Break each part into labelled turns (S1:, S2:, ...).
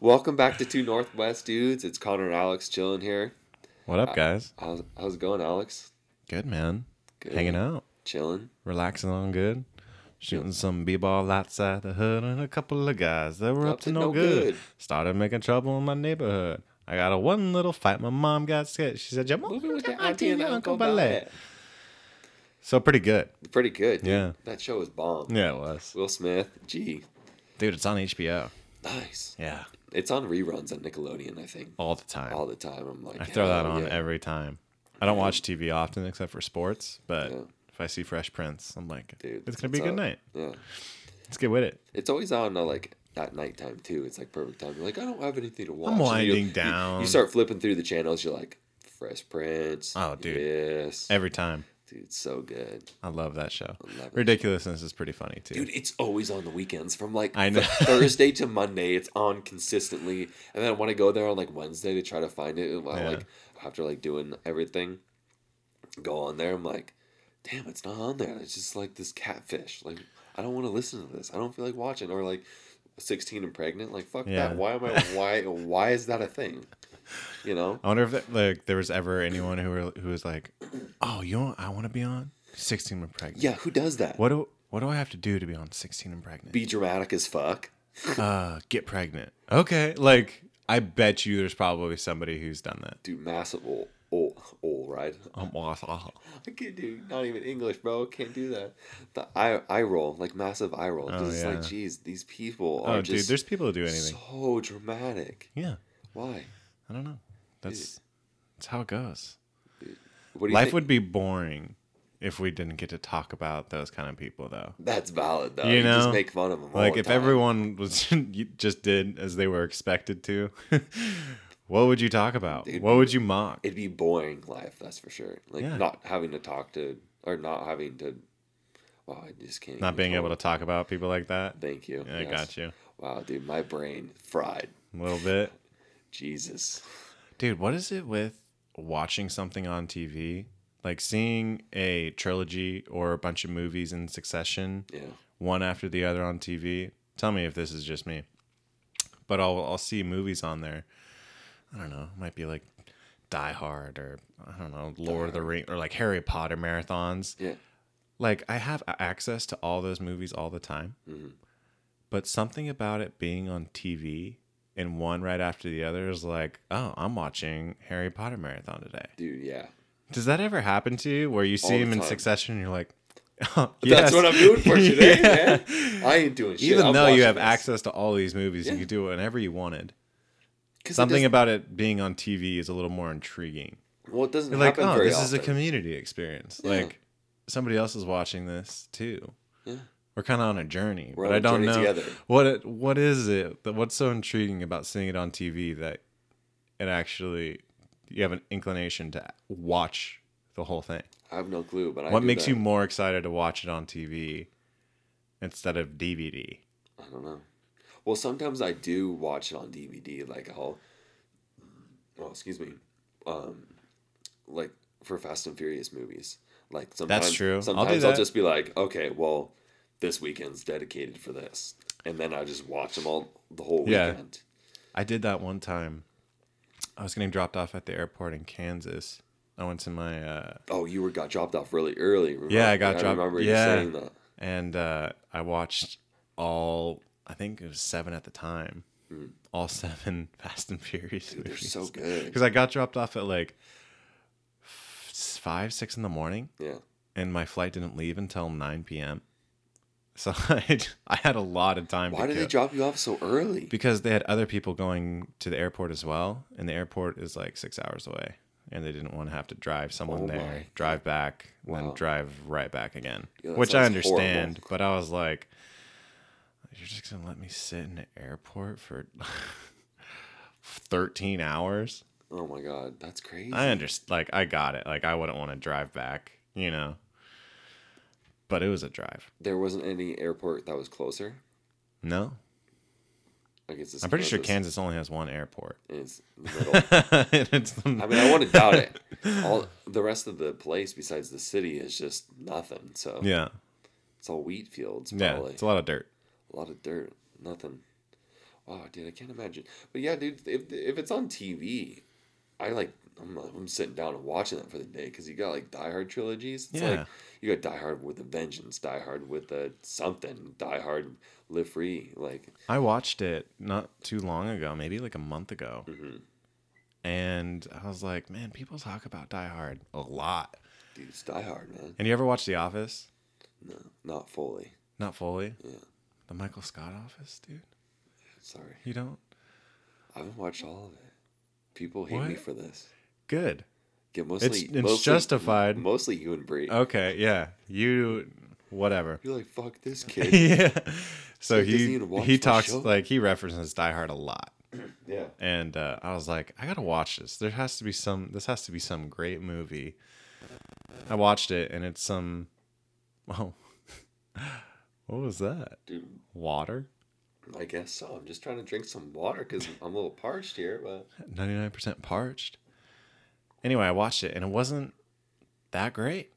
S1: Welcome back to Two Northwest Dudes. It's Connor and Alex chilling here.
S2: What
S1: Uh,
S2: up, guys?
S1: How's, how's it going, Alex?
S2: Good, man.
S1: Good.
S2: Hanging out,
S1: Chilling?
S2: relaxing on good, shooting some b-ball outside the hood, and a couple of guys that were up, to, no, good. started making trouble in my neighborhood. I got a one little fight. My mom got scared. She said, "Your mom
S1: Moving with
S2: your
S1: your auntie and uncle
S2: ballet."
S1: ballet.
S2: So pretty good.
S1: Pretty good. dude.
S2: Yeah.
S1: That show is bomb.
S2: Yeah, it was.
S1: Will Smith. Gee.
S2: Dude, it's on HBO.
S1: Nice.
S2: Yeah,
S1: It's on reruns on Nickelodeon, I think,
S2: all the time.
S1: all the time. I'm like,
S2: I throw that
S1: hell
S2: on
S1: yeah.
S2: every time. I don't watch TV often except for sports, but
S1: Yeah.
S2: if I see Fresh Prince, I'm like,
S1: Dude,
S2: it's gonna be a
S1: what's
S2: good
S1: up?
S2: night.
S1: Yeah.
S2: Let's get with it.
S1: It's always on uh, like at nighttime too. It's like perfect time. You're like, I don't have anything to watch. And
S2: winding
S1: you, You,
S2: down.
S1: you start flipping through the channels. You're like, Fresh Prince.
S2: Oh, dude.
S1: Yes.
S2: Every time.
S1: dude, so good.
S2: I love that show.
S1: love it.
S2: Ridiculousness is pretty funny too.
S1: Dude, it's always on the weekends from like
S2: I know.
S1: Thursday to Monday. It's on consistently, and then I want to go there on like Wednesday to try to find it. And I,
S2: Yeah.
S1: like after like doing everything, go on there. I'm like, damn, it's not on there. It's just like this catfish. Like I don't want to listen to this. I don't feel like watching or like 16 and pregnant. Like fuck
S2: Yeah.
S1: that. Why am I? Why? why is that a thing? You know?
S2: I wonder if like there was ever anyone who were, who was like, "Oh, you know what I want to be on 16 and pregnant."
S1: Yeah. Who does that?
S2: What do what do I have to do to be on 16 and pregnant?
S1: Be dramatic as fuck.
S2: uh, get pregnant. Okay. Like I bet you there's probably somebody who's done that.
S1: Do massive ol ol ol right?
S2: Um, wah, wah.
S1: I can't do not even English, bro. Can't do that. The eye eye roll, like massive eye roll.
S2: Oh,
S1: Just it's
S2: yeah.
S1: like, geez, these people are
S2: Oh, dude,
S1: just
S2: there's people who do anything.
S1: so dramatic.
S2: yeah.
S1: Why?
S2: I don't know. That's that's how it goes.
S1: What do you
S2: Life
S1: think?
S2: would be boring if we didn't get to talk about those kind of people though.
S1: That's valid though.
S2: You
S1: You, just
S2: know?
S1: make fun of them. all
S2: Like
S1: the
S2: if
S1: time.
S2: everyone was you just did as they were expected to, what would you talk about?
S1: Dude.
S2: what would you mock?
S1: it'd be boring life. That's for sure. Like
S2: Yeah.
S1: not having to talk to or not having to. Wow, I just can't.
S2: Not
S1: even
S2: being
S1: talk.
S2: able to talk about people like that.
S1: Thank you.
S2: I got you
S1: Wow, dude, my brain fried.
S2: a little bit,
S1: Jesus.
S2: dude. What is it with watching something on TV? Like seeing a trilogy or a bunch of movies in succession,
S1: Yeah.
S2: one after the other on TV. Tell me if this is just me, but I'll I'll see movies on there. I don't know. It might be like Die Hard or I don't know Lord of the Ring or like Harry Potter marathons.
S1: Yeah.
S2: Like I have a- access to all those movies all the time,
S1: Mm-hmm.
S2: but something about it being on TV and one right after the other is like, oh, I'm watching Harry Potter marathon today.
S1: Dude. Yeah.
S2: Does that ever happen to you where you see
S1: the
S2: him in
S1: time.
S2: succession and you're like, oh,
S1: That's what I'm doing for today, man. I ain't doing shit.
S2: even
S1: I'm
S2: though you
S1: watching
S2: have
S1: this.
S2: access to all these movies,
S1: Yeah.
S2: you could do whatever you wanted.
S1: 'Cause it
S2: Something
S1: doesn't-
S2: about it being on TV is a little more intriguing.
S1: Well, it doesn't
S2: You're like,
S1: happen
S2: oh,
S1: very
S2: this is a
S1: often.
S2: community experience. Like somebody else is watching this too.
S1: Yeah.
S2: We're kind of on a journey,
S1: We're
S2: but
S1: on
S2: I
S1: a
S2: don't
S1: journey
S2: know
S1: together.
S2: what it, what is it that what's so intriguing about seeing it on TV that it actually you have an inclination to watch the whole thing.
S1: I have no clue, but I
S2: what
S1: do
S2: makes
S1: that.
S2: you more excited to watch it on TV instead of DVD?
S1: I don't know. Well, sometimes I do watch it on DVD. Like I'll, oh, excuse me, um, like for Fast and Furious movies. Like sometimes
S2: true. I'll do
S1: Sometimes I'll,
S2: that.
S1: just be like, okay, well, this weekend's dedicated for this, and then I just watch them all the whole
S2: Yeah.
S1: weekend.
S2: I did that one time. I was getting dropped off at the airport in Kansas. I went to my uh,
S1: Oh, you were got dropped off really early. Remember?
S2: Yeah, I got dropped-
S1: remember you
S2: yeah.
S1: saying that.
S2: and uh, I watched all. I think it was seven at the time. All seven Fast and Furious
S1: Hmm. They're
S2: movies.
S1: so good.
S2: Because I got dropped off at like f- five, six in the morning,
S1: Yeah.
S2: and my flight didn't leave until nine p.m. So I, I had a lot of time.
S1: Why
S2: to
S1: did
S2: kill.
S1: they drop you off so early?
S2: because they had other people going to the airport as well, and the airport is like six hours away, and they didn't want to have to drive someone
S1: Oh
S2: there,
S1: my.
S2: drive back,
S1: Wow.
S2: then drive right back again,
S1: Yeah, that
S2: which I
S1: sounds horrible.
S2: understand. But I was like, you're just gonna let me sit in the airport for thirteen hours?
S1: Oh my god, that's crazy.
S2: I understand. Like I got it. Like I wouldn't want to drive back, you know. But it was a drive.
S1: there wasn't any airport that was closer.
S2: No,
S1: Like it's. as
S2: I'm pretty
S1: close
S2: sure
S1: as-
S2: Kansas only has one airport.
S1: It's in the middle.
S2: And it's the-
S1: I mean, I want to doubt it. All the rest of the place besides the city is just nothing. So
S2: yeah.
S1: it's all wheat fields.
S2: Yeah,
S1: Probably.
S2: it's a lot of dirt.
S1: a lot of dirt. Nothing. Oh, dude, I can't imagine. But yeah, dude, if if it's on TV, I like I'm, I'm sitting down and watching that for the day because you got like Die Hard trilogies. It's
S2: Yeah.
S1: like you got Die Hard with a Vengeance, Die Hard with a something, Die Hard Live Free. Like
S2: I watched it not too long ago, maybe like a month ago.
S1: Mm-hmm.
S2: And I was like, man, people talk about Die Hard a lot.
S1: dude, it's Die Hard, man.
S2: And you ever watch The Office?
S1: No, not fully.
S2: Not fully?
S1: Yeah.
S2: The Michael Scott Office, dude?
S1: Sorry,
S2: You don't?
S1: I haven't watched all of it. People hate me
S2: What?
S1: for this.
S2: Good.
S1: Get mostly
S2: it's
S1: mostly-
S2: justified. Oh.
S1: Mostly you and Bree.
S2: Okay, yeah. You whatever.
S1: You're like fuck this kid.
S2: yeah. So
S1: Like, doesn't
S2: he
S1: even watch my
S2: he talks
S1: show?
S2: like he references Die Hard a lot.
S1: yeah.
S2: and uh, I was like, I gotta watch this. There has to be some. This has to be some great movie. I watched it, and it's some. Oh, what was that?
S1: Dude,
S2: Water.
S1: I guess so. I'm just trying to drink some water because I'm a little parched here, but
S2: Ninety nine percent parched. Anyway, I watched it, and it wasn't that great.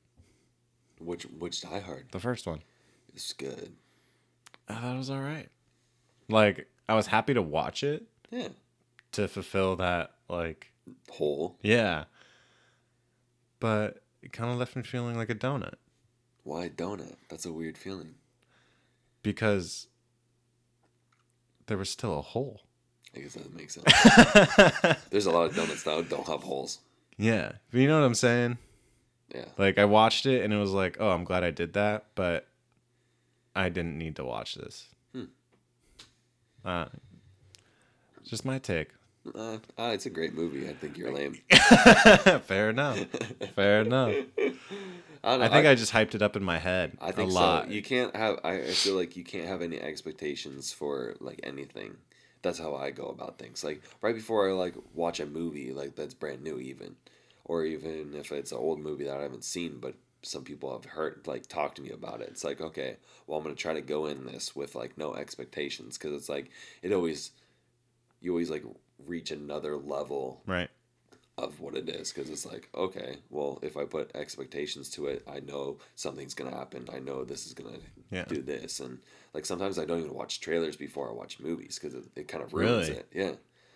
S1: which which Die Hard
S2: The first one,
S1: is good.
S2: I thought it was all right. Like I was happy to watch it
S1: Yeah,
S2: to fulfill that. Like
S1: whole.
S2: yeah, but it kind of left me feeling like a donut.
S1: Why donut? That's a weird feeling.
S2: because there was still a hole.
S1: I guess that makes sense. There's a lot of donuts now that don't have holes.
S2: yeah, but you know what I'm saying?
S1: Yeah,
S2: Like I watched it and it was like, oh, I'm glad I did that, but I didn't need to watch this.
S1: Hmm.
S2: Uh, just my take.
S1: uh, uh, it's a great movie. I think you're lame.
S2: Fair enough. Fair enough.
S1: I, don't know,
S2: I think I, just hyped it up in my head
S1: I think
S2: a lot.
S1: so. You can't have. I, I feel like you can't have any expectations for like anything. That's how I go about things. Like right before I like watch a movie like that's brand new, even, or even if it's an old movie that I haven't seen, but some people have heard like talk to me about it. It's like okay, well I'm gonna try to go in this with like no expectations because it's like it always, you always like reach another level
S2: right.
S1: of what it is because it's like okay well if i put expectations to it i know something's gonna happen i know this is gonna
S2: Yeah.
S1: do this and like sometimes i don't even watch trailers before i watch movies because it, it kind of ruins
S2: Really?
S1: it yeah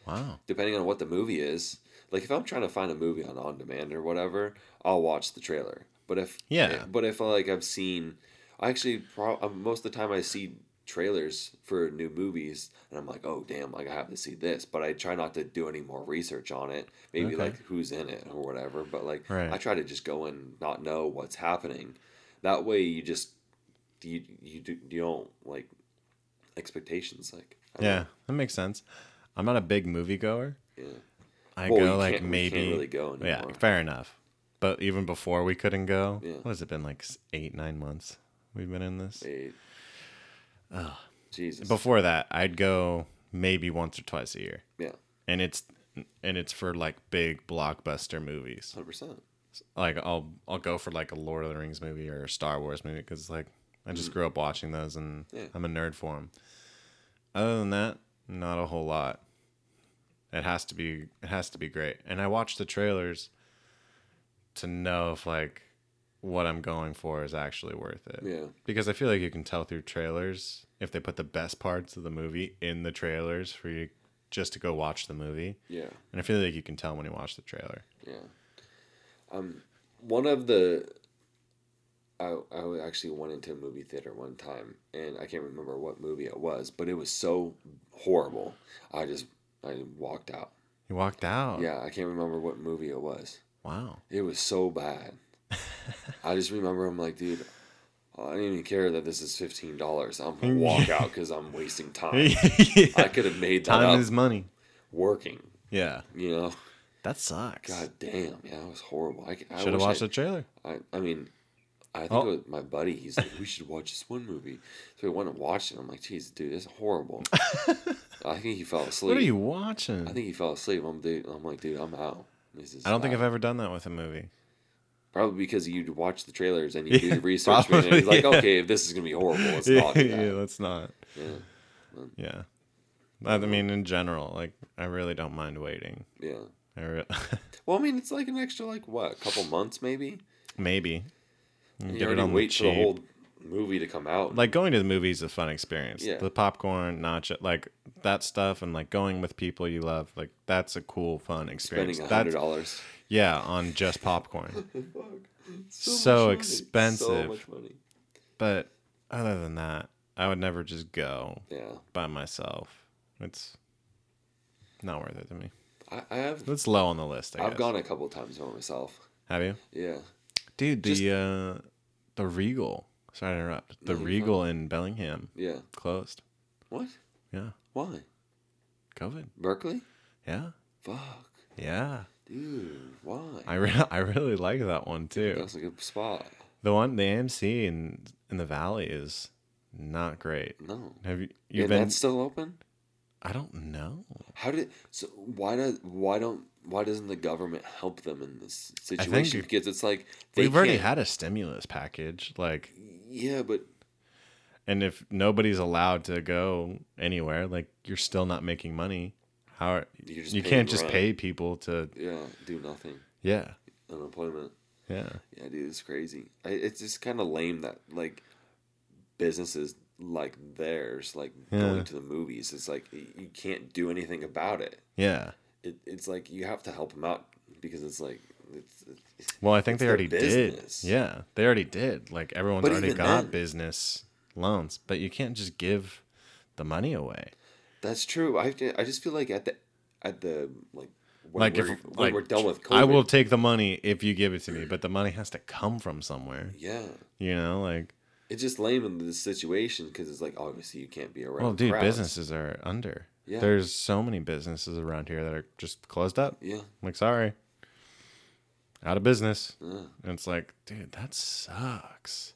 S2: Wow.
S1: depending on what the movie is like if i'm trying to find a movie on on demand or whatever i'll watch the trailer but if eh,
S2: Yeah.
S1: but if like i've seen i actually pro- uh, most of the time i see trailers for new movies and i'm like oh damn like i have to see this but i try not to do any more research on it maybe
S2: Okay.
S1: like who's in it or whatever but like
S2: Right.
S1: i try to just go and not know what's happening that way you just you you, do, you don't like expectations like I don't
S2: Yeah, that makes sense. I'm not a big movie goer.
S1: know. yeah
S2: I
S1: Well,
S2: go
S1: you
S2: like
S1: can't- we can't
S2: maybe
S1: really go
S2: yeah,
S1: anymore.
S2: fair enough. But even before we couldn't go,
S1: Yeah.
S2: what has it been like s- eight, nine months we've been in this?
S1: Eight. Jesus.
S2: Before that, I'd go maybe once or twice a year,
S1: yeah,
S2: and it's and it's for like big blockbuster movies.
S1: hundred percent.
S2: Like I'll I'll go for like a Lord of the Rings movie or a Star Wars movie because like I just grew up watching those and
S1: Mm. Yeah.
S2: I'm a nerd for them. Other than that, not a whole lot. It has to be it has to be great. And I watch the trailers to know if like what I'm going for is actually worth it.
S1: Yeah,
S2: Because I feel like you can tell through trailers if they put the best parts of the movie in the trailers for you just to go watch the movie.
S1: yeah,
S2: And I feel like you can tell when you watch the trailer.
S1: yeah. Um, one of the. I, I actually went into a movie theater one time, and I can't remember what movie it was, but it was so horrible. I just I walked out.
S2: You walked out.
S1: Yeah, I can't remember what movie it was.
S2: Wow.
S1: It was so bad. I just remember I'm like, dude, I don't even care that this is fifteen dollars. I'm gonna walk out because I'm wasting time. I could have made that
S2: Time
S1: up
S2: is money.
S1: working.
S2: Yeah.
S1: You know,
S2: That sucks.
S1: God damn, yeah, it was horrible. I, I
S2: Should have watched
S1: I,
S2: the trailer.
S1: I, I mean, I think
S2: Oh.
S1: it was my buddy. He's like, we should watch this one movie. So we went and watched it. I'm like, jeez, dude, this is horrible. I think he fell asleep.
S2: What are you watching?
S1: I think he fell asleep. I'm dude. I'm like, dude, I'm out. This is
S2: I don't think
S1: bad."
S2: I've ever done that with a movie.
S1: probably because you watch the trailers and you do
S2: Yeah,
S1: the research. for it, and
S2: probably,
S1: he's like,
S2: yeah.
S1: okay, if this is gonna be horrible, let's not do
S2: yeah,
S1: that.
S2: let's not.
S1: Yeah,
S2: Yeah. I mean, in general, like, I really don't mind waiting.
S1: yeah.
S2: I re-
S1: Well, I mean, it's like an extra, like what, a couple months maybe.
S2: Maybe.
S1: You
S2: Mm, Get it
S1: already
S2: on the
S1: wait for the
S2: cheap.
S1: whole movie to come out.
S2: like going to the movies is a fun experience.
S1: Yeah.
S2: The popcorn, nacho, like that stuff, and like going with people you love, like that's a cool, fun experience.
S1: spending a hundred
S2: That's
S1: dollars.
S2: yeah, on just popcorn.
S1: Fuck.
S2: So
S1: money. So
S2: expensive.
S1: much money.
S2: but other than that, I would never just go
S1: Yeah,
S2: by myself. It's not worth it to me.
S1: I, I have.
S2: It's low on the list. I
S1: I've
S2: guess.
S1: gone a couple times by myself.
S2: Have you,
S1: Yeah.
S2: dude? The
S1: Just-
S2: uh, the Regal. Sorry to interrupt. The
S1: No, you're
S2: Regal in Bellingham
S1: Yeah.
S2: closed.
S1: What?
S2: Yeah,
S1: Why?
S2: COVID.
S1: Berkeley?
S2: Yeah,
S1: Fuck,
S2: yeah.
S1: dude. Why?
S2: I re- I really like that one too.
S1: That's a good spot.
S2: The one the AMC in in the Valley is not great.
S1: No.
S2: Have you you've
S1: And
S2: been?
S1: that's still open.
S2: I don't know.
S1: How did? So why does? Why don't? Why doesn't the government help them in this situation?
S2: you-
S1: Because it's like they
S2: We've already
S1: can't-
S2: had a stimulus package, like,
S1: Yeah, but
S2: and if nobody's allowed to go anywhere, like you're still not making money. How are,
S1: You're just
S2: you
S1: paying
S2: can't just
S1: rent.
S2: pay people to
S1: yeah, do nothing.
S2: yeah
S1: Unemployment.
S2: yeah
S1: Yeah, dude, it's crazy. I, it's just kind of lame that like businesses like theirs, like
S2: Yeah.
S1: going to the movies, it's like y- you can't do anything about it.
S2: yeah.
S1: it it's like you have to help them out because it's like it's, it's
S2: Well, I think
S1: It's
S2: they
S1: their
S2: already
S1: business.
S2: did. Yeah, they already did. Like everyone's
S1: But
S2: already
S1: even
S2: got
S1: then-
S2: business loans, but you can't just give the money away.
S1: that's true. I I just feel like at the at the like when
S2: like
S1: we're,
S2: if
S1: when
S2: like,
S1: we're done with COVID,
S2: I will take the money if you give it to me, but the money has to come from somewhere.
S1: yeah.
S2: You know, like
S1: It's just lame in this situation because it's like obviously you can't be around.
S2: well, dude,
S1: crowds.
S2: businesses are under.
S1: Yeah.
S2: There's so many businesses around here that are just closed up.
S1: Yeah,
S2: Like, sorry, out of business.
S1: yeah.
S2: And it's like, dude, that sucks.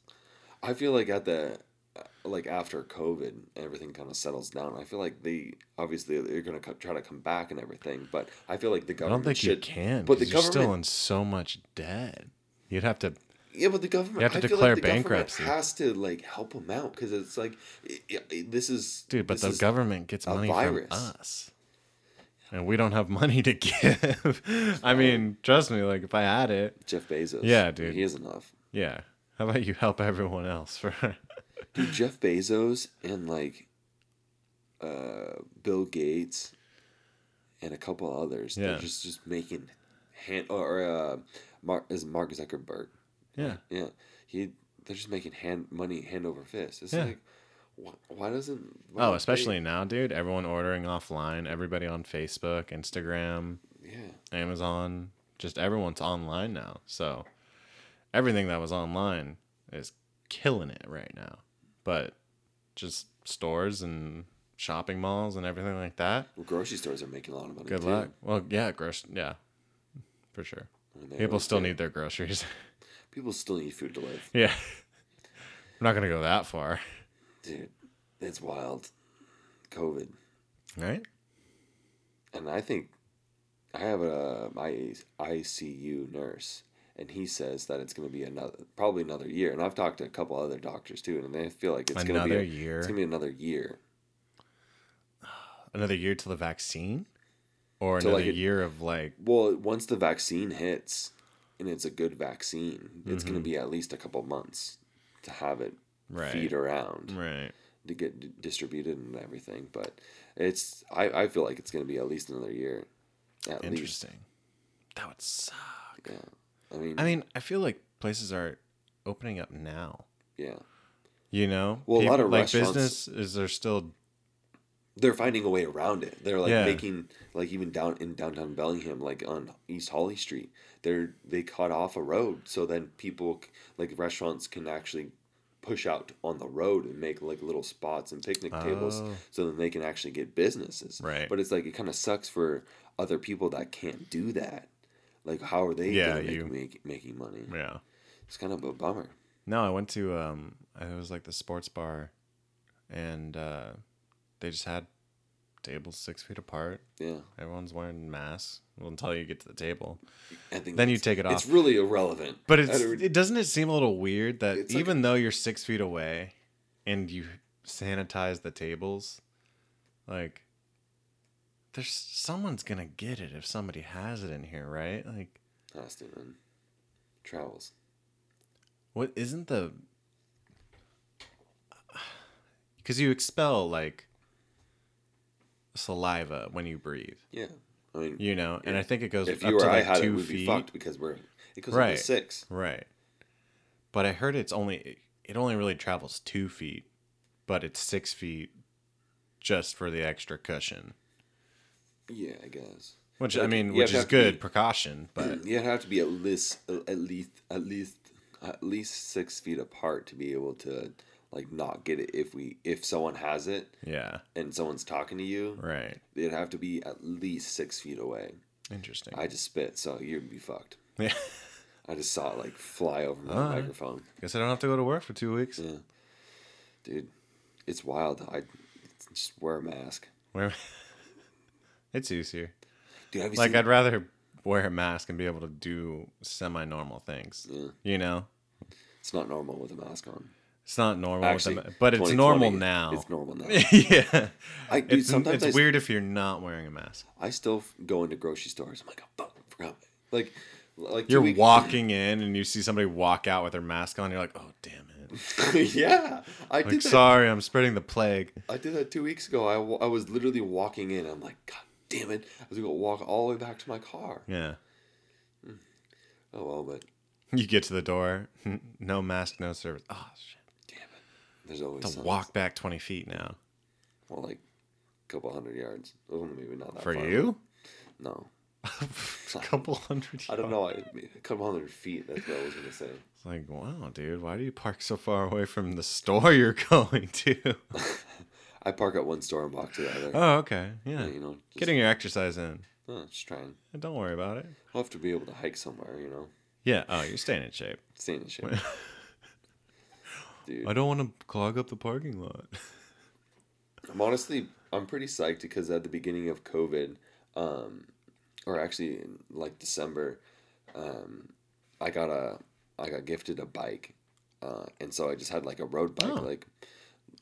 S1: I feel like at the uh, like after COVID, everything kind of settles down. I feel like they obviously they're gonna co- try to come back and everything, but I feel like the
S2: I
S1: government
S2: don't think you
S1: should
S2: can.
S1: But the
S2: 'cause you're still
S1: government-
S2: in so much debt. You'd have to
S1: Yeah, but the government.
S2: You have to
S1: I feel
S2: declare
S1: like the government
S2: bankruptcy.
S1: Has to like help them out because it's like i i this is
S2: Dude, but
S1: this
S2: the
S1: is-
S2: government gets
S1: a
S2: money
S1: virus.
S2: from us. And we don't have money to give. I mean, trust me, like if I had it,
S1: Jeff Bezos.
S2: Yeah, dude.
S1: he is enough.
S2: yeah. How about you help everyone else for
S1: Dude, Jeff Bezos and like uh, Bill Gates and a couple others.
S2: Yeah.
S1: They're just just making hand or uh, Mark is Mark Zuckerberg.
S2: Yeah.
S1: Yeah, he. They're just making hand money hand over fist. It's
S2: Yeah.
S1: like, why, why doesn't? why don't
S2: Oh,
S1: they-
S2: especially now, dude. Everyone ordering offline, everybody on Facebook, Instagram,
S1: yeah.
S2: Amazon, just everyone's online now. So everything that was online is killing it right now. But just stores and shopping malls and everything like that,
S1: Well, grocery stores are making a lot of money.
S2: Good
S1: too.
S2: luck. Well, yeah, gross. Yeah, for sure.
S1: I mean, they
S2: People
S1: really
S2: still
S1: do.
S2: need their groceries.
S1: people still need food to live.
S2: yeah, I'm not gonna go that far,
S1: Dude, it's wild. COVID.
S2: right?
S1: And I think I have a my ICU nurse and he says that it's going to be another probably another year and I've talked to a couple other doctors too and they feel like it's going to be
S2: another
S1: a-
S2: year,
S1: it's going to be another year.
S2: another year till the vaccine, or
S1: Till,
S2: another
S1: like, it-
S2: year of like,
S1: Well, once the vaccine hits and it's a good vaccine, it's going to be at least a couple months to have it
S2: Mm-hmm. Right.
S1: feed around.
S2: right?
S1: to get d- distributed and everything. But it's I, I feel like it's going to be at least another year, at least.
S2: Interesting. That would suck.
S1: Yeah, I mean,
S2: I mean, I feel like places are opening up now.
S1: yeah,
S2: You know,
S1: Well, a lot of
S2: like
S1: restaurants-
S2: businesses are still
S1: they're finding a way around it. They're like
S2: Yeah.
S1: making like even down in downtown Bellingham, like on East Holly Street, they're they cut off a road, so then people c- like restaurants can actually push out on the road and make like little spots and picnic tables
S2: Oh.
S1: so then they can actually get businesses
S2: Right.
S1: but it's like it kind of sucks for other people that can't do that like how are they
S2: Yeah,
S1: gonna make,
S2: you-
S1: make, making money
S2: yeah.
S1: It's kind of a bummer.
S2: No, I went to um it was like the sports bar and uh they just had tables six feet apart.
S1: Yeah,
S2: Everyone's wearing masks well, until you get to the table.
S1: I think
S2: Then you
S1: that's-
S2: take it
S1: It's
S2: off.
S1: really irrelevant.
S2: But it's
S1: I don't-
S2: it doesn't it seem a little weird that
S1: It's like-
S2: even though you're six feet away and you sanitize the tables, like there's someone's gonna get it if somebody has it in here, right? Like
S1: has to man. Travels.
S2: what isn't the because you expel like saliva when you breathe.
S1: Yeah. I mean,
S2: You know, and I think it goes
S1: if
S2: up
S1: you
S2: to
S1: or I
S2: like
S1: had it,
S2: two
S1: we'd
S2: feet.
S1: be fucked because we're it goes up
S2: Right.
S1: to six.
S2: Right. But I heard it's only it only really travels two feet, but it's six feet just for the extra cushion.
S1: Yeah, I guess.
S2: Which I
S1: Like,
S2: mean,
S1: you
S2: which
S1: have
S2: is
S1: to have to
S2: good precaution, but
S1: You'd have to be at least at least at least at least six feet apart to be able to like not get it if we if someone has it
S2: yeah,
S1: and someone's talking to you
S2: right.
S1: it'd have to be at least six feet away
S2: Interesting.
S1: i just spit so you'd be fucked
S2: yeah.
S1: i just saw it like fly over my
S2: Alright.
S1: microphone
S2: Guess I don't have to go to work for two weeks.
S1: yeah dude it's wild i just wear a mask
S2: Where it's easier.
S1: dude have you
S2: Like
S1: seen
S2: I'd rather wear a mask and be able to do semi normal things.
S1: Yeah.
S2: You know?
S1: it's not normal with a mask on
S2: It's not normal, with a
S1: actually
S2: ma- but it's normal
S1: 2020,
S2: now.
S1: it's normal now
S2: yeah.
S1: I, dude,
S2: it's
S1: sometimes I,
S2: it's weird if you're not wearing a mask.
S1: I still f- go into grocery stores. I'm like, oh, fuck, forgot. Like, like two
S2: You're
S1: weeks-
S2: walking in and you see somebody walk out with their mask on. You're like, oh damn it!
S1: yeah, I did
S2: Like,
S1: that.
S2: sorry, I'm spreading the plague.
S1: I did that two weeks ago. I, wa- I was literally walking in. I'm like, God damn it! I was gonna walk all the way back to my car.
S2: Yeah.
S1: Oh well, but
S2: You get to the door, no mask, no service. Oh shit!
S1: there's always
S2: To
S1: some-
S2: walk back 20 feet now
S1: Well, like a couple hundred yards. Oh, maybe not that
S2: for
S1: far.
S2: you,
S1: No,
S2: a couple hundred.
S1: I don't
S2: yards.
S1: know. I, a couple hundred feet. That's what I was gonna say.
S2: It's like, wow, dude, why do you park so far away from the store you're going to?
S1: I park at one store and walk to the other.
S2: oh, okay, yeah.
S1: you know, just,
S2: Getting your exercise in.
S1: uh, just trying.
S2: Don't worry about it.
S1: I'll have to be able to hike somewhere. You know,
S2: Yeah. Oh, you're staying in shape.
S1: staying in shape. Dude. Uh-huh.
S2: I don't want to clog up the parking lot.
S1: I'm honestly, I'm pretty psyched because at the beginning of COVID, um, or actually in like December, um, I got a, I got gifted a bike, uh, and so I just had like a road bike,
S2: Oh.
S1: like,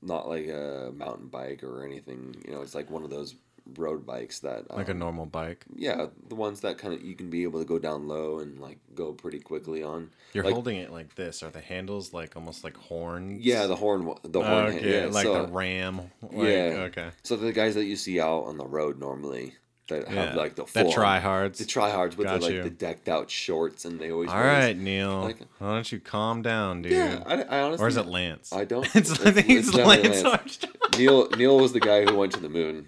S1: not like a mountain bike or anything. You know, it's like one of those road bikes that, um,
S2: like a normal bike.
S1: yeah, the ones that kind of you can be able to go down low and like go pretty quickly on.
S2: You're
S1: like,
S2: holding it like this. Are the handles like almost like horns? Oh,
S1: yeah, the horn, wa- the horn,
S2: okay,
S1: hand- yeah,
S2: like
S1: so-
S2: the ram. Like,
S1: yeah.
S2: okay.
S1: So the guys that you see out on the road normally that have
S2: Yeah.
S1: like the full
S2: that tryhards.
S1: the tryhards with
S2: Got
S1: the, like
S2: you.
S1: the decked out shorts, and they always
S2: All
S1: wear
S2: right, Neil.
S1: like-
S2: why don't you calm down, dude?
S1: this- Yeah, I, I honestly.
S2: or is it Lance?
S1: I don't.
S2: it's, I think it's,
S1: definitely
S2: Lance,
S1: Lance.
S2: Armstrong.
S1: Neil Neil was the guy who went to the moon.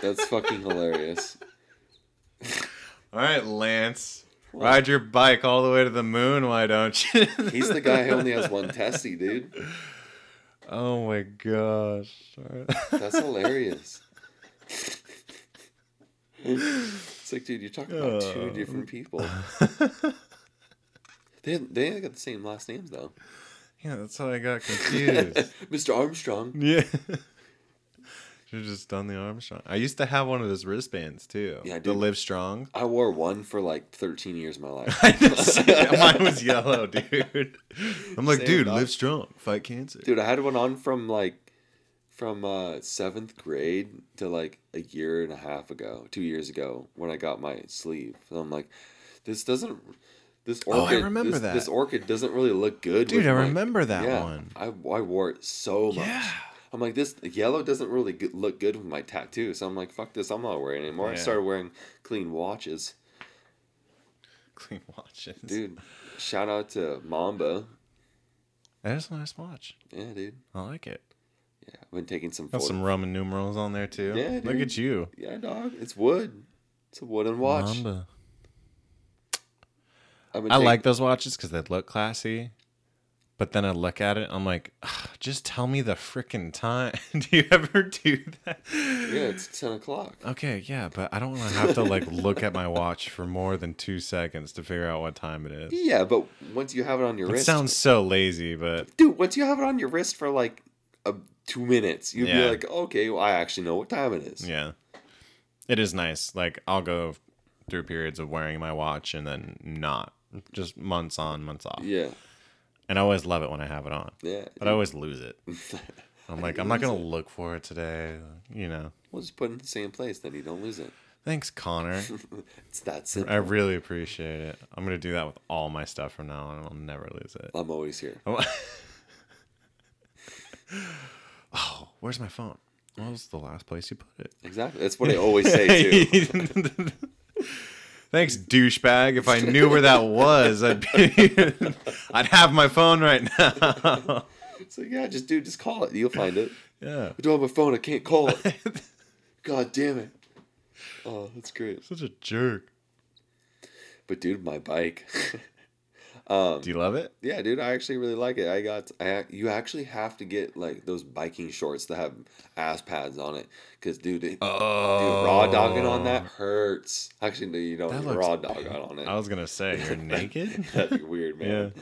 S1: That's fucking hilarious.
S2: All right, Lance. Ride your bike all the way to the moon, why don't you?
S1: He's the guy who only has one testy, dude.
S2: Oh my gosh. All right.
S1: That's hilarious. it's like, dude, you're talking about two
S2: Oh.
S1: different people. They they got the same last names though.
S2: yeah, that's how I got confused.
S1: Mr. Armstrong.
S2: Yeah. Should have just done the Armstrong. I used to have one of those wristbands too.
S1: Yeah,
S2: The
S1: dude.
S2: Live Strong.
S1: I wore one for like 13 years of my life.
S2: Mine was yellow, dude. I'm like,
S1: Same,
S2: dude,
S1: dog.
S2: live strong, fight cancer.
S1: Dude, I had one on from like from uh 7th grade to like a year and a half ago, 2 years ago when I got my sleeve. So I'm like this doesn't this orchid
S2: Oh, I remember
S1: this,
S2: that.
S1: this orchid doesn't really look good.
S2: Dude,
S1: with
S2: I
S1: my-
S2: remember that one.
S1: I I wore it so much.
S2: Yeah.
S1: I'm like this yellow doesn't really good, look good with my tattoo. So I'm like fuck this, I'm not wearing it anymore. I
S2: Yeah.
S1: started wearing clean watches.
S2: Clean watches.
S1: Dude, shout out to Mamba.
S2: That is a nice watch.
S1: Yeah, dude.
S2: I like it.
S1: Yeah, I've been taking some
S2: Got
S1: photos.
S2: some Roman numerals on there too.
S1: Yeah,
S2: Look
S1: dude.
S2: at you.
S1: Yeah, dog. It's wood. It's a wooden watch.
S2: Mamba.
S1: I've been
S2: I
S1: taking-
S2: like those watches because they look classy. But then I look at it, I'm like, "Ugh, just tell me the freaking time. do you ever do that?
S1: Yeah, it's ten o'clock.
S2: Okay, yeah, but I don't want to have to like look at my watch for more than two seconds to figure out what time it is.
S1: Yeah, but once you have it on your
S2: It
S1: wrist,
S2: sounds so lazy, but
S1: dude. Once you have it on your wrist for like a, two minutes, you'd
S2: Yeah.
S1: be like, okay, well, I actually know what time it is.
S2: yeah, it is nice. Like I'll go through periods of wearing my watch and then not, just months on, months off.
S1: Yeah,
S2: And I always love it when I have it on,
S1: yeah.
S2: but I always lose it. I'm like, I'm not gonna look for it today. You know,
S1: We'll just put it in the same place, then you don't lose it.
S2: thanks, Connor.
S1: It's that simple.
S2: I really appreciate it. I'm gonna do that with all my stuff from now on. I'll never lose it.
S1: I'm always here.
S2: Oh, Where's my phone? Well, it's the last place you put it.
S1: Exactly. That's what I always say too.
S2: Thanks, douchebag. If I knew where that was, I'd be, I'd have my phone right now.
S1: It's like, yeah, just dude, just call it. You'll find it.
S2: yeah,
S1: I don't have my phone. I can't call it. God damn it. Oh, that's great.
S2: such a jerk.
S1: But dude, my bike. Um,
S2: Do you love it?
S1: yeah, dude, I actually really like it. I got I ac- you actually have to get like those biking shorts that have ass pads on it cuz dude, it, dude, raw dogging on that hurts. Actually, no, you don't
S2: Oh. That
S1: even
S2: looks Oh.
S1: raw dog out on it.
S2: I was gonna say you're naked.
S1: That'd be weird, man.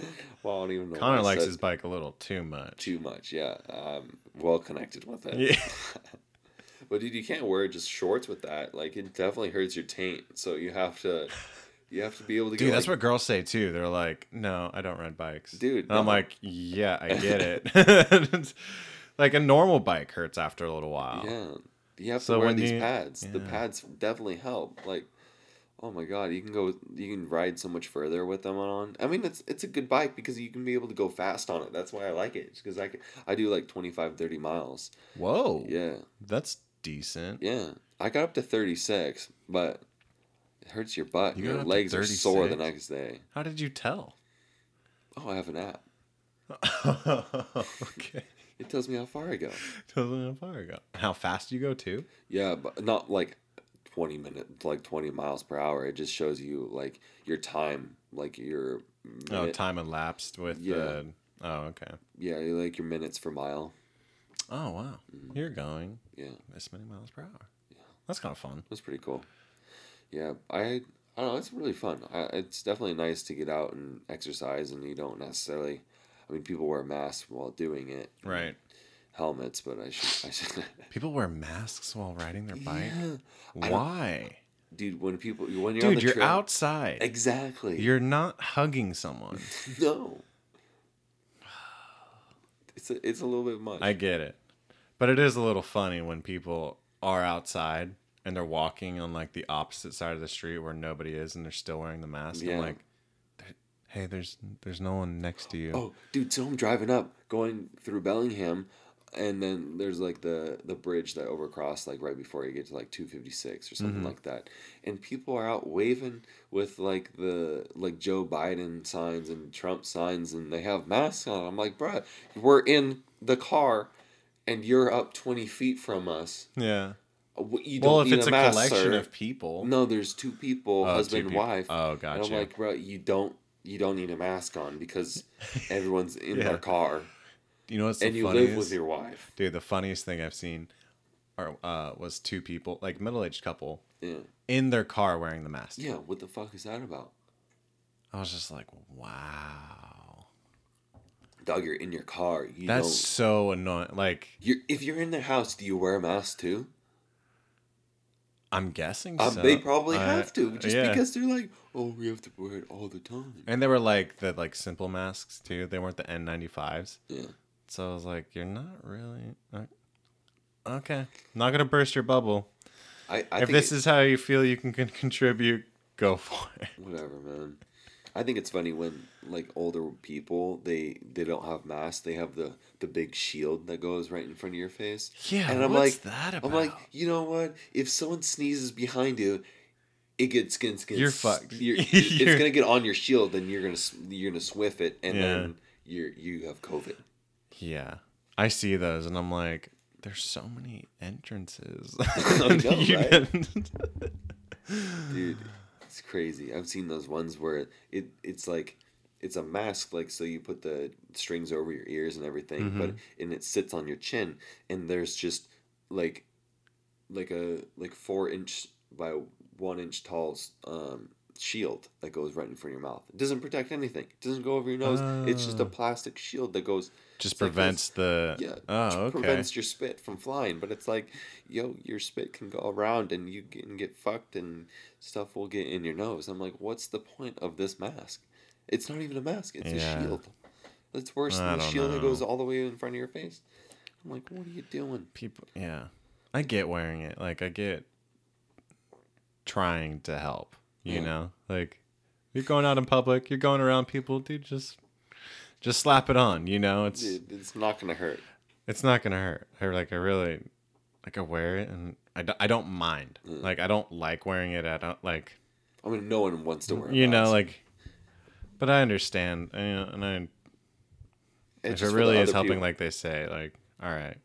S1: Well, I don't even know. why
S2: Connor
S1: I
S2: likes
S1: said
S2: his bike a little too much.
S1: too much. Yeah, um, well connected with it.
S2: Yeah.
S1: But dude, you can't wear just shorts with that. Like it definitely hurts your taint. So you have to, you have to be able to.
S2: Dude,
S1: get,
S2: that's
S1: like-
S2: what girls say too. They're like, "No, I don't ride bikes."
S1: Dude,
S2: and I'm
S1: no.
S2: like, "Yeah, I get it." like a normal bike hurts after a little while.
S1: Yeah, you have
S2: So
S1: to wear
S2: when
S1: these
S2: you-
S1: pads. The
S2: yeah.
S1: pads definitely help. Like, oh my god, you can go, you can ride so much further with them on. I mean, it's it's a good bike because you can be able to go fast on it. That's why I like it. Because I can, I do like 25, 30 miles.
S2: Whoa.
S1: Yeah,
S2: That's decent.
S1: yeah. I got up to thirty six, but it hurts your butt.
S2: You
S1: your
S2: got up to
S1: legs are sore the
S2: 36?
S1: next day.
S2: How did you tell?
S1: Oh, I have an app.
S2: okay.
S1: It tells me how far I go.
S2: Tells me how far I go. How fast you go too?
S1: Yeah, but not like twenty minute, like twenty miles per hour. It just shows you like your time, like your
S2: Oh,
S1: minute-
S2: time elapsed with
S1: Yeah.
S2: the. Oh, okay.
S1: yeah, like your minutes per mile.
S2: Oh wow,
S1: Mm-hmm.
S2: you're going
S1: Yeah, it
S2: this many miles per hour. That's kind of fun.
S1: was pretty cool. Yeah, I I don't know. It's really fun. I, it's definitely nice to get out and exercise, and you don't necessarily. I mean, people wear masks while doing it,
S2: Right.
S1: helmets, but I should. I should
S2: People wear masks while riding their bike.
S1: Yeah.
S2: Why?
S1: dude, when people when you're on
S2: Dude,
S1: the
S2: you're
S1: trail-
S2: outside.
S1: exactly.
S2: You're not hugging someone.
S1: no. It's a, it's a little bit much.
S2: I get it. But it is a little funny when people are outside and they're walking on like the opposite side of the street where nobody is and they're still wearing the mask.
S1: Yeah.
S2: I'm like, hey, there's there's no one next to you.
S1: Oh, dude, so I'm driving up, going through Bellingham, and then there's like the the bridge that overcrossed like right before you get to like 256 or something
S2: Mm-hmm.
S1: like that. And people are out waving with like the like Joe Biden signs and Trump signs and they have masks on. I'm like, bruh, we're in the car and you're up 20 feet from us.
S2: Yeah.
S1: What- You don't
S2: Well, if
S1: need
S2: it's a,
S1: mask,
S2: collection
S1: sir.
S2: of people.
S1: No, there's two people,
S2: Oh,
S1: husband
S2: two
S1: and
S2: people.
S1: wife.
S2: Oh,
S1: And I'm
S2: gotcha.
S1: like, bro, you don't you don't need a mask on because everyone's in
S2: Yeah.
S1: their car
S2: you know what's the
S1: and you
S2: funniest?
S1: live with your wife.
S2: Dude, the funniest thing I've seen are, uh, was two people, like middle aged couple,
S1: Yeah.
S2: in their car wearing the mask.
S1: Yeah, what the fuck is that about?
S2: I was just like, wow.
S1: Dog, you're in your car. You
S2: That's
S1: don't
S2: so annoying. Like,
S1: you're, if you're in the house, do you wear a mask too?
S2: I'm guessing
S1: Um,
S2: so.
S1: they probably
S2: I-
S1: have to, just
S2: yeah.
S1: because they're like, oh, we have to wear it all the time.
S2: And they were like the like simple masks too. They weren't the N95s.
S1: Yeah,
S2: So I was like, you're not really uh, okay. Not gonna burst your bubble.
S1: I, I
S2: if
S1: think
S2: this is how you feel, you can, con- contribute. Go for it.
S1: Whatever, man. I think it's funny when like older people they they don't have masks. They have the the big shield that goes right in front of your face.
S2: Yeah,
S1: and I'm
S2: what's
S1: like
S2: that
S1: I'm like,
S2: about?
S1: you know what? If someone sneezes behind you, it gets skin skin.
S2: You're fucked.
S1: You're,
S2: You're-
S1: It's gonna get on your shield, then you're gonna s- you're gonna swiff it, and
S2: Yeah.
S1: then you are you have COVID.
S2: Yeah, I see those, and I'm like, there's so many entrances.
S1: know,
S2: You
S1: right?
S2: didn't-
S1: dude it's crazy i've seen those ones where it it's like it's a mask like so you put the strings over your ears and everything but and it sits on your chin and there's just like like a like four inch by one inch tall um shield that goes right in front of your mouth it doesn't protect anything it doesn't go over your nose it's just a plastic shield that goes
S2: Just
S1: it's like
S2: prevents the.
S1: yeah.
S2: Oh,
S1: it
S2: okay.
S1: Prevents your spit from flying, but it's like, yo, your spit can go around and you can get fucked and stuff will get in your nose. I'm like, what's the point of this mask? It's not even a mask. It's
S2: Yeah.
S1: a shield. That's worse
S2: I
S1: than the
S2: don't
S1: shield that
S2: know.
S1: goes all the way in front of your face. I'm like, what are you doing?
S2: people yeah i get wearing it like i get trying to help you
S1: Yeah.
S2: know like you're going out in public you're going around people dude just just slap it on you know it's
S1: Dude, it's not gonna hurt.
S2: it's not gonna hurt. I like I really like I wear it and I, d- I don't mind. Like I don't like wearing it. I don't like
S1: I mean, no one wants to wear. a
S2: you know
S1: mask.
S2: like, but I understand. And, you know, and I
S1: It's
S2: if
S1: just
S2: it
S1: for the
S2: really is
S1: other
S2: helping,
S1: people.
S2: like they say, like all right,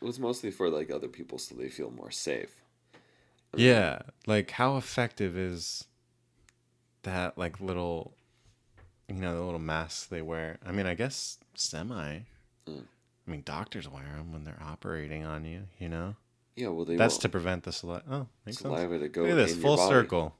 S1: it was mostly for like other people, so they feel more safe.
S2: yeah. Like how effective is that? Like little, you know, the little masks they wear. I mean, I guess semi.
S1: Mm.
S2: I mean, doctors wear them when they're operating on you. You know,
S1: Yeah, well, they
S2: that's
S1: won't.
S2: to prevent the saliva. Oh, makes sense.
S1: saliva to go
S2: Look at this
S1: in
S2: full
S1: your body.
S2: circle.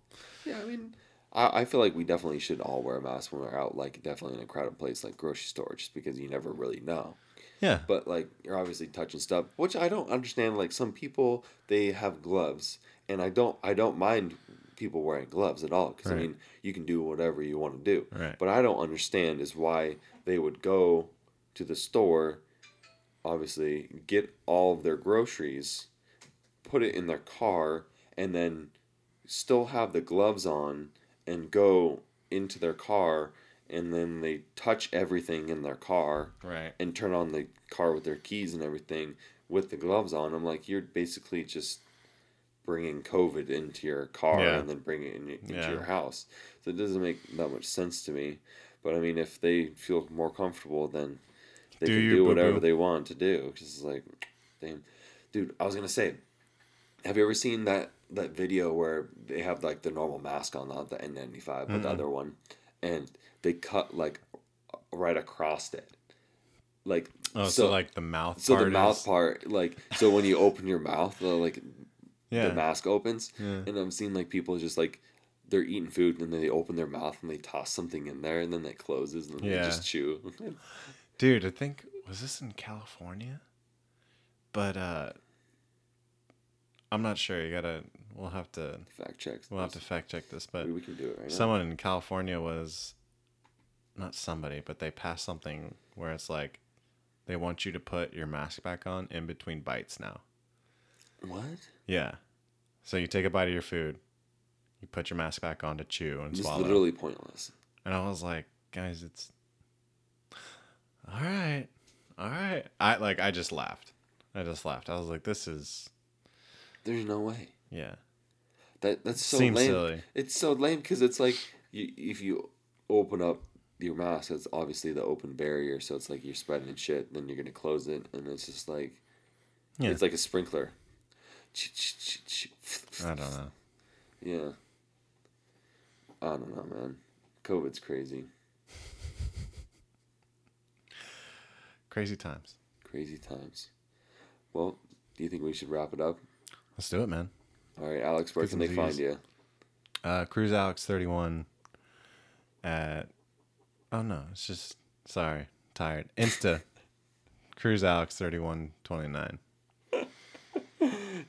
S1: Yeah, I mean, I, I feel like we definitely should all wear a mask when we're out, like definitely in a crowded place, like grocery store, just because you never really know.
S2: Yeah.
S1: But like, you're obviously touching stuff, which I don't understand. Like some people, they have gloves, and I don't, I don't mind people wearing gloves at all because I
S2: Right.
S1: mean, you can do whatever you want to do.
S2: Right.
S1: But I don't understand is why they would go to the store, obviously get all of their groceries, put it in their car, and then still have the gloves on and go into their car and then they touch everything in their car
S2: Right.
S1: and turn on the car with their keys and everything with the gloves on. I'm like, you're basically just bringing COVID into your car
S2: Yeah.
S1: and then bringing it in, into
S2: Yeah.
S1: your house. So it doesn't make that much sense to me. But I mean, if they feel more comfortable, then they
S2: Do
S1: can
S2: you,
S1: do whatever
S2: boo-boo.
S1: they want to do. Because it's like, damn, dude. I was gonna say, have you ever seen that that video where they have like the normal mask on, not the N95, but
S2: Mm-hmm.
S1: the other one, and they cut like right across it, like
S2: Oh, so, like the mouth
S1: so
S2: part.
S1: the mouth
S2: is,
S1: part like so when you open your mouth the, like
S2: Yeah.
S1: the mask opens
S2: Yeah.
S1: and i've seen like people just like they're eating food and then they open their mouth and they toss something in there and then it closes and then
S2: Yeah.
S1: they just chew
S2: Dude, I think was this in California? But uh I'm not sure. You gotta we'll have to
S1: fact checks
S2: we'll have to fact check this, but
S1: we, we can do it right now
S2: someone in California was not somebody, but they passed something where it's like they want you to put your mask back on in between bites now.
S1: what
S2: Yeah. So you take a bite of your food, you put your mask back on to chew and
S1: it's
S2: swallow.
S1: literally pointless
S2: And I was like, guys, it's all right. All right. I like I just laughed. I just laughed. I was like, this is
S1: there's no way
S2: yeah.
S1: that that's so
S2: Seems
S1: lame
S2: silly.
S1: it's so lame because it's like you, if you open up your mask it's obviously the open barrier so it's like you're spreading shit then you're gonna close it and it's just like
S2: Yeah.
S1: It's like a sprinkler. Ch- ch- ch- ch-
S2: I don't know.
S1: Yeah. I don't know, man. COVID's crazy.
S2: Crazy times.
S1: Crazy times. Well, do you think we should wrap it up?
S2: Let's do it, man.
S1: All right, Alex, where
S2: Get
S1: can
S2: some
S1: they
S2: Z's.
S1: find you?
S2: Uh Cruise Alex thirty one at oh no, it's just sorry, tired. Insta Cruise Alex thirty one twenty nine.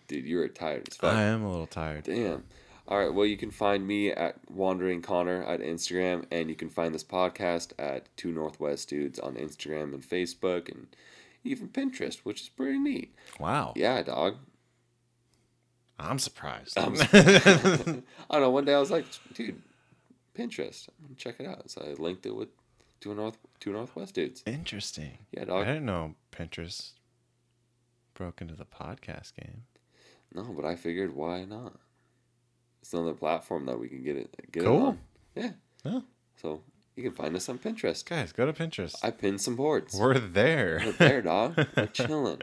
S1: Dude, you're tired as fuck.
S2: I am a little tired.
S1: Damn. All right. Well, you can find me at Wandering Connor at Instagram, and you can find this podcast at Two Northwest Dudes on Instagram and Facebook, and even Pinterest, which is pretty neat.
S2: Wow.
S1: Yeah, dog. Um,
S2: I'm surprised.
S1: I don't know. One day I was like, dude, Pinterest. I'm gonna check it out. So I linked it with two north two northwest dudes.
S2: Interesting.
S1: Yeah,
S2: I
S1: dog.
S2: didn't know Pinterest broke into the podcast game.
S1: No, but I figured why not? It's another platform that we can get it get it
S2: Cool.
S1: on. Yeah.
S2: Yeah.
S1: So you can find us on Pinterest.
S2: Guys, go to Pinterest.
S1: I pinned some boards.
S2: We're there.
S1: We're there, dog. We're chilling.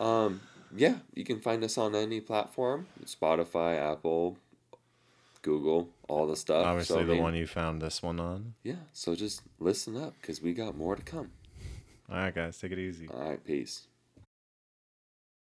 S1: Um, yeah, you can find us on any platform: Spotify, Apple, Google, all the stuff. So,
S2: Obviously,
S1: I
S2: the
S1: mean,
S2: one you found this one on.
S1: Yeah. So just listen up, cause we got more to come.
S2: All right, guys, take it easy.
S1: All right. Peace.